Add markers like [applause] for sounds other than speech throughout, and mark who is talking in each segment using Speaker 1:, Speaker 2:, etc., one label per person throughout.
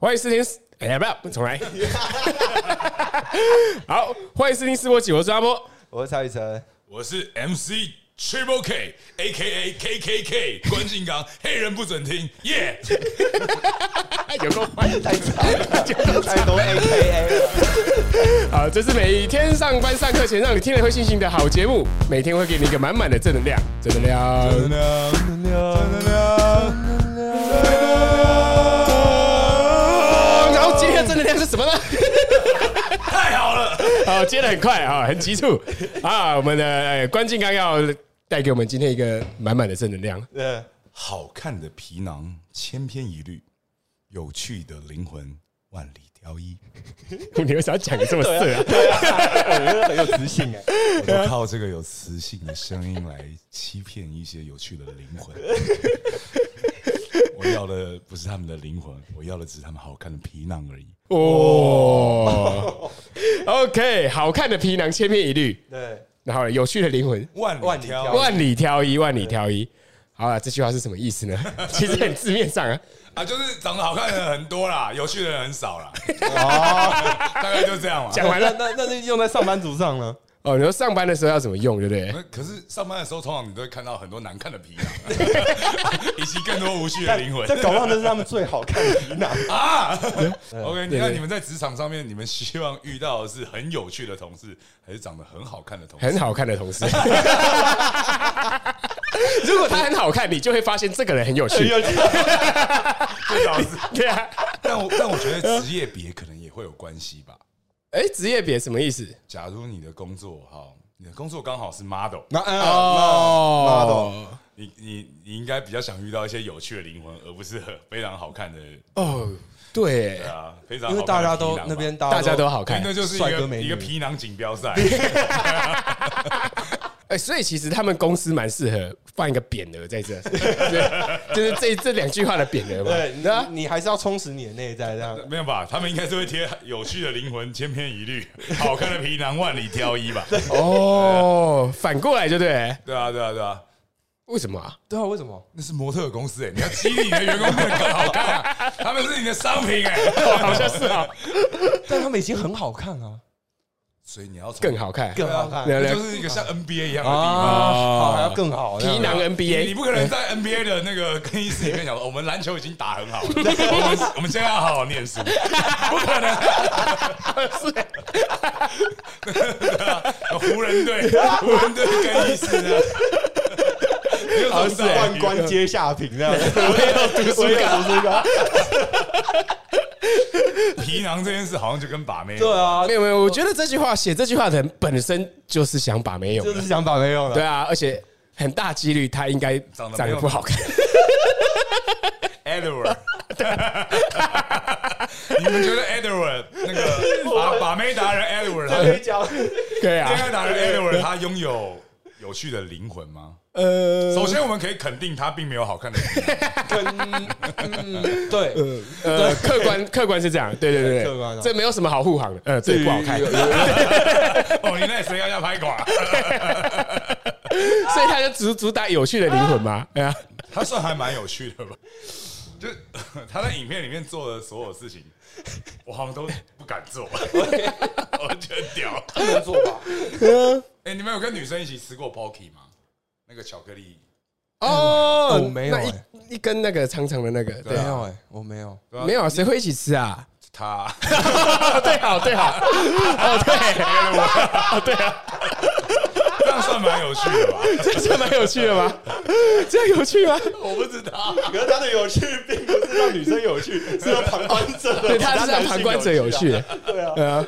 Speaker 1: 欢迎收听，哎呀，不要重来。 [laughs] 好，欢迎收听《四波起》，我是阿波。
Speaker 2: 我是蔡宇辰，
Speaker 3: 我是 MC Triple K A K A K K K 关敬刚， [laughs] 黑人不准听，耶、 [laughs]
Speaker 1: 哎有够欢迎
Speaker 2: 太长了，太 [laughs] 多 AKA 了。
Speaker 1: 啊！这是每天上班上课前让你听了会心情的好节目，每天会给你一个满满的正能量，正能量。然后哦今天的正能量是什么 [laughs] 呢？
Speaker 3: 太
Speaker 1: [laughs]
Speaker 3: 好了，
Speaker 1: 好，接的很快啊，很急促啊！我们的哎关敬刚要带给我们今天一个满满的正能量。 [laughs]
Speaker 2: 对，
Speaker 3: 好看的皮囊千篇一律，有趣的灵魂万里挑一。
Speaker 1: 你为啥讲的这么色啊？
Speaker 2: 很有磁性哎。
Speaker 3: 我都靠这个有磁性的声音来欺骗一些有趣的灵魂。 [laughs] 我要的不是他们的灵魂，我要的只是他们好看的皮囊而已。
Speaker 1: 哦，OK，好看的皮囊千篇一律，
Speaker 2: 对，
Speaker 1: 然后有趣的灵魂
Speaker 3: 万
Speaker 2: 万里
Speaker 3: 里挑
Speaker 2: 挑
Speaker 3: 一
Speaker 1: 万里挑一，万里挑一。好啊了，这句话是什么意思呢？
Speaker 2: [laughs]
Speaker 1: 其实很字面上啊，
Speaker 3: 啊，就是长得好看的人很多啦，有趣的人很少啦。
Speaker 1: 哦
Speaker 3: [laughs] 大概就这样嘛。
Speaker 1: 讲完
Speaker 2: 那 [laughs]
Speaker 1: 了。
Speaker 2: 那那就用在上班族上了。
Speaker 1: 哦，你说上班的时候要怎么用，对不对？
Speaker 3: 那可是上班的时候，通常你都会看到很多难看
Speaker 1: [laughs]
Speaker 3: 的皮囊，以及更多无趣的灵魂
Speaker 2: 这搞不好那是他们最好看的皮 [laughs] 囊。
Speaker 3: 啊。OK，你
Speaker 1: 对
Speaker 3: 看你们在职场上面，你们希望遇到的是很有趣的同事，还是长得很好看的同事？
Speaker 1: 很好看的同
Speaker 2: [laughs]
Speaker 1: 事。如果他很好看，你就会发现这个人很有
Speaker 2: 哎
Speaker 1: 趣。
Speaker 3: 最好是。
Speaker 1: 对啊，
Speaker 3: 但我但我觉得职业别可能也会有关系吧。
Speaker 1: 哎，职业别什么意思？
Speaker 3: 假如你的工作哈，你的工作刚好是 model，
Speaker 2: 那哦，
Speaker 1: 哦
Speaker 3: 你你你应该比较想遇到一些有趣的灵魂，而不是 [laughs] 非常好看的
Speaker 1: 哦，对，
Speaker 3: 啊，非常
Speaker 2: 因为
Speaker 3: 好
Speaker 2: 大
Speaker 3: 看的
Speaker 2: 家
Speaker 3: 皮
Speaker 2: 都
Speaker 3: 囊
Speaker 2: 那
Speaker 3: 吧
Speaker 2: 边大
Speaker 1: 大家
Speaker 2: 家
Speaker 1: 都
Speaker 2: 都
Speaker 1: 好看。
Speaker 3: 那就是一
Speaker 2: 帅哥
Speaker 3: 个
Speaker 2: 美女
Speaker 3: 一个皮囊锦标赛。 [laughs]
Speaker 1: 哎、所以其实他们公司蛮适合放一个匾额在
Speaker 2: [laughs]
Speaker 1: 这，对，就是这这两句话的匾额嘛。
Speaker 2: 对，啊
Speaker 1: 你
Speaker 2: 你
Speaker 1: 知道？
Speaker 2: 你还是要充实你的内在，这样
Speaker 3: 没有吧？他们应该是会贴有趣的灵魂千篇一律，
Speaker 2: [laughs]
Speaker 3: 好看的皮囊万里挑一吧？
Speaker 1: 哦，反过来就对，
Speaker 3: 对啊，对啊，对啊，
Speaker 1: 为什么、啊？
Speaker 2: 对啊？为什么？
Speaker 3: 那是模特公司哎、你要激励你的员工变得更好看、
Speaker 2: [laughs]
Speaker 3: 啊，他们是你的商品哎、
Speaker 1: 好像是啊，
Speaker 2: 但他们已经很好看啊，
Speaker 3: 所以你要
Speaker 1: [laughs]
Speaker 3: 从
Speaker 1: 更好看，
Speaker 2: 更好看
Speaker 1: 对啊
Speaker 3: 这就是一个像 NBA 一样的地方。
Speaker 2: 啊，
Speaker 1: 哦
Speaker 2: 好还要更好。
Speaker 1: 皮囊
Speaker 3: 你你
Speaker 1: NBA，
Speaker 3: 不可能在 NBA 的那个更衣室里
Speaker 2: [laughs]
Speaker 3: 面讲说，哦我们篮球已经打很好了，我们我们现在要好好
Speaker 2: [laughs]
Speaker 3: 念书，不可能。 [laughs] 啊是，湖人队，湖人队更衣室啊，你有
Speaker 2: 好是
Speaker 3: 种道理
Speaker 2: 万官皆下品这样，
Speaker 1: 读书
Speaker 2: [laughs] 我也有读书高。
Speaker 3: 皮囊这件事好像就跟把妹，
Speaker 2: 对啊
Speaker 1: 没，有没有，我觉得这句话写这句话的人本身就是想把没有
Speaker 2: 就
Speaker 1: 的，
Speaker 2: 是想法没用
Speaker 1: 对
Speaker 2: 了。
Speaker 1: 啊，而且很大几率他应该
Speaker 3: 长
Speaker 1: 长
Speaker 3: 得
Speaker 1: 得不好看， [laughs]
Speaker 3: ，Edward。你们觉得 Edward 那个把把妹达人 Edward，他
Speaker 2: 我跟你
Speaker 3: 恋
Speaker 2: 讲，
Speaker 1: 对啊，
Speaker 3: 爱达人 Edward，他拥有有趣的灵魂吗？
Speaker 1: 呃
Speaker 3: [laughs] 首先，我们可以肯定他并没有好看的皮囊，
Speaker 2: 对，
Speaker 1: 呃呃，客观客观是这样，对对对
Speaker 2: 客观
Speaker 1: 对，
Speaker 2: 啊
Speaker 1: 这没有什么好护航的，呃，对，不好
Speaker 2: [laughs]
Speaker 1: 看，
Speaker 3: 哦，你那谁要要拍垮？ [laughs]
Speaker 1: 所以他就主主打有趣的灵魂嘛，哎呀，
Speaker 3: 他算还蛮有趣的吧？就 [laughs] 他在影片里面做的所有事情，我好像都不敢做， [laughs] 我觉得屌。
Speaker 2: 不能做吧？
Speaker 3: 哎、你们有跟女生一起吃过 Pocky 吗？那个巧克力，
Speaker 1: 哦，
Speaker 2: 我没有
Speaker 1: 那
Speaker 2: 欸
Speaker 1: 一一根那个长长的那个，对
Speaker 3: 对
Speaker 2: 没
Speaker 3: 啊
Speaker 2: 有哎，我没有。
Speaker 3: 对啊
Speaker 1: 没有啊，谁会一起吃啊？
Speaker 3: 他
Speaker 1: 对好对好，哦
Speaker 3: [laughs]
Speaker 1: 对，
Speaker 3: 这样算蛮有趣的吧？
Speaker 1: [laughs] 这蛮有趣的吗？这样有趣吗？
Speaker 3: 我不知道，
Speaker 2: 可是他的有趣并不是让女生有 [laughs] 趣，是让旁观者。
Speaker 1: 对，他是让旁观者有趣。，
Speaker 2: 对啊，
Speaker 1: [laughs] 对啊，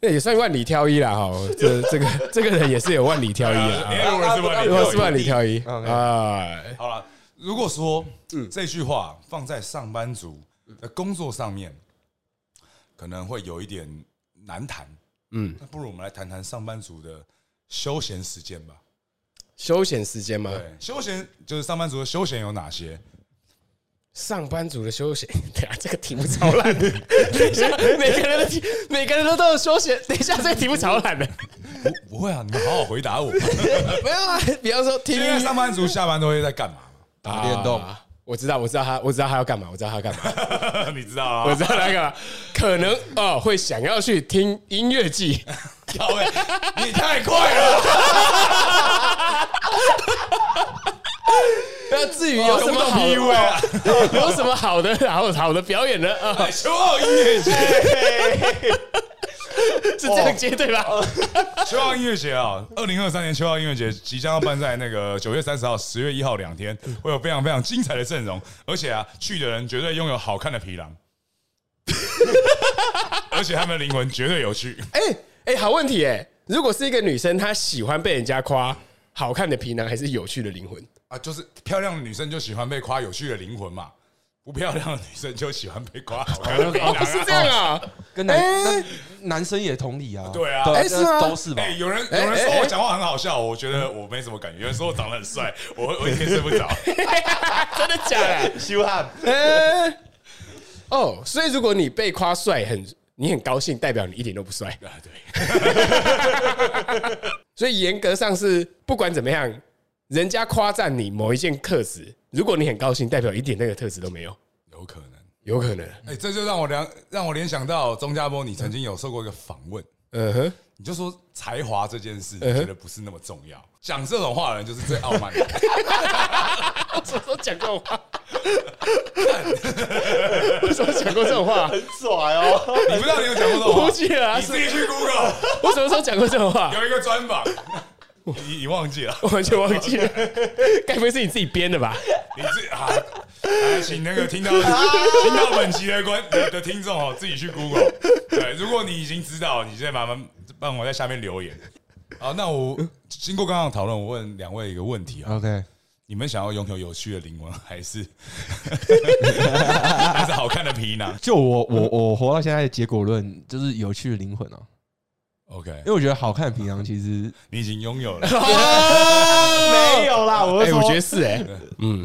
Speaker 1: 那也算万里挑一啦哈。这这个这个人也是有万里挑一 [laughs] 啊，
Speaker 3: 哎，我是万里
Speaker 1: 如果
Speaker 3: 挑
Speaker 1: 是
Speaker 3: 一。
Speaker 1: 万里挑一
Speaker 2: OK
Speaker 1: 啊，
Speaker 3: 好了，如果说、
Speaker 1: 嗯
Speaker 3: 这句话放在上班族的工作上面，可能会有一点难谈。
Speaker 1: 嗯
Speaker 3: 嗯，那不如我们来谈谈上班族的休闲时间吧。
Speaker 1: 休闲时间吗？
Speaker 3: 对，休闲就是上班族的休闲有哪些？
Speaker 1: 上班族的休闲， [laughs] 等一下这个题目超烂 [laughs] 的。等一下，每个人的题，每个人都都有休闲。等一下，这个题目超烂的。
Speaker 3: 不，不会啊，你们好好回答
Speaker 1: [laughs]
Speaker 3: 我。
Speaker 1: 没有啊，比方说听
Speaker 3: 因为上班族下班都会在干嘛嘛？
Speaker 2: 打电动
Speaker 1: 啊我知道，我知道他，我知道他要干嘛，我知道他要干嘛，
Speaker 3: [laughs] 你知道啊？
Speaker 1: 我知道他要干嘛。可能哦，会想要去听音乐季，
Speaker 3: 靠背你太快了，
Speaker 1: [laughs] 那至于哦有什么好
Speaker 3: 我懂
Speaker 1: [laughs]
Speaker 3: PUA 啊
Speaker 1: 有什么好的好好的表 [laughs] 演呢？啊，
Speaker 3: 求奥音乐节，
Speaker 1: 是这样接对吧？
Speaker 3: 秋奥音乐节啊，二零二三年秋奥音乐节即将要办在那个九月三十号、十月一号两天，会有非常非常精彩的阵容，而且啊，去的人绝对拥有好看的皮囊， [laughs] 而且他们的灵魂绝对有趣。
Speaker 1: 哎、哎、好问题哎、如果是一个女生，她喜欢被人家夸好看的皮囊，还是有趣的灵魂？
Speaker 3: 啊，就是漂亮的女生就喜欢被夸有趣的灵魂嘛，不漂亮的女生就喜欢被夸好看的皮囊、
Speaker 1: 哦，是这样啊。
Speaker 2: 跟男
Speaker 1: 哎
Speaker 2: 那男生也同理啊，
Speaker 3: 对啊
Speaker 1: 哎是吗
Speaker 2: 都是吧
Speaker 3: 哎、？有人有人
Speaker 1: 哎
Speaker 3: 说
Speaker 1: 哎
Speaker 3: 我
Speaker 1: 哎
Speaker 3: 讲话很好笑，我觉得我没什么感觉。有人说我长得很帅，我会我一天睡不着。
Speaker 1: [laughs]
Speaker 3: 啊
Speaker 1: 真的假的？
Speaker 2: 修汉
Speaker 1: 哎、哦，所以如果你被夸帅，很你很高兴，代表你一点都不帅。
Speaker 3: 啊，对， [laughs]
Speaker 1: 所以严格上是不管怎么样，人家夸赞你某一件特质，如果你很高兴，代表一点那个特质都没有，
Speaker 3: 有可能。
Speaker 1: 有可能。
Speaker 3: 哎、这就让我联让我联想到钟家波，你曾经有受过一个访问，
Speaker 1: 嗯哼，嗯
Speaker 3: 你就说才华这件事，你觉得不是那么重要。讲这种话的人就是最傲慢的。 [laughs]
Speaker 1: 我 [laughs] 什么时候讲过话？ [laughs] 为什么讲过这种话？
Speaker 2: 很拽哦，
Speaker 3: 你不知道你有讲过这种
Speaker 1: 不
Speaker 3: 话？
Speaker 1: 记得啊
Speaker 3: 你，自己去 Google
Speaker 1: 我什么时候讲过这种话？
Speaker 3: 有一个专访，你你忘记了？
Speaker 1: 我完全忘记了，该不会是你自己编的吧？
Speaker 3: 你自己啊，来请那个听
Speaker 1: [laughs]
Speaker 3: 到听到本集的观的听众哦，自己去 Google。对，如果你已经知道，你再麻烦帮我在下面留言。好，那我经过刚刚的讨论，我问两位一个问题啊，
Speaker 2: OK，
Speaker 3: 你们想要拥有有趣的灵魂，还
Speaker 1: [laughs]
Speaker 3: 是还是好看的皮囊
Speaker 2: 就我我我活到现在的结果论，就是有趣的灵魂啊，
Speaker 3: ？OK，
Speaker 2: 因为我觉得好看的皮囊其实
Speaker 3: 你已经拥有了。
Speaker 1: [laughs] 没
Speaker 2: 有啦，我
Speaker 1: 哎、我觉得是哎、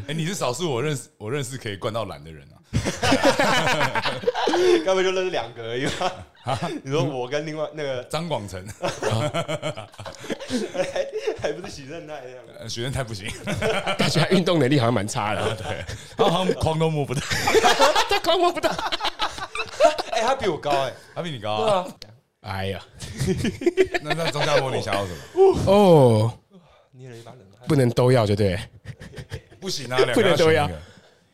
Speaker 3: 哎、你是少数我认识我认识可以灌到懒的人啊。
Speaker 2: 得 [laughs] 根本就认识两个而已嘛。 [laughs] 你说我跟另外那个 [laughs]
Speaker 3: 张广成，
Speaker 2: 还不是许正泰这样，
Speaker 3: 呃学生太不行，
Speaker 1: 感觉他运动能力好像蛮差的，
Speaker 3: 他好像框都摸不到，
Speaker 1: 他光摸不到。
Speaker 2: 哎，他比我高哎，
Speaker 3: 他比你高、啊。
Speaker 1: 哎呀，
Speaker 3: 那那钟家波，你想要什么？
Speaker 1: [laughs] 哦，
Speaker 2: 捏了一把冷汗。
Speaker 1: 不能都要就对了，
Speaker 3: 不行啊，两个
Speaker 1: 不能
Speaker 3: 要选
Speaker 1: 都
Speaker 3: 一
Speaker 1: 要
Speaker 3: 个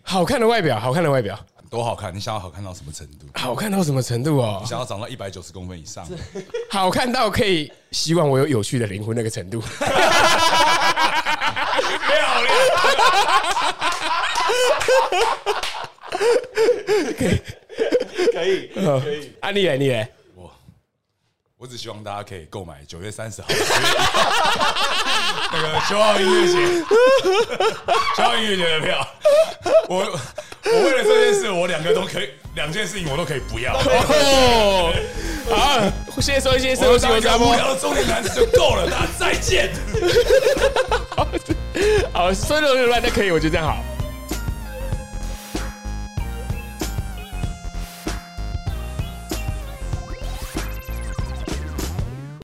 Speaker 1: 好看的外表，好看的外表，
Speaker 3: 多好看！你想要好看到什么程度？
Speaker 1: 好看到什么程度哦
Speaker 3: 你？想要长到一百九十公分以上，
Speaker 1: [laughs] 好看到可以希望我有有趣的灵魂那个程度。
Speaker 3: 漂亮！
Speaker 2: 可以，可以。
Speaker 1: 啊，你嘞，你嘞，
Speaker 3: 我我只希望大家可以购买九月三十号 [laughs] 那个秋奥音乐节，秋奥音乐节的票。我我为了这件事，我两个都可以，两件事情我都可以不要。
Speaker 1: 哦，好，谢谢收听，谢谢收
Speaker 3: 我
Speaker 1: 听，我是
Speaker 3: 当一个
Speaker 1: 阿
Speaker 3: 无
Speaker 1: 波。
Speaker 3: 聊的中年男子就够了，大家再见。
Speaker 1: 好，所以乱乱那可以，我觉得这样好。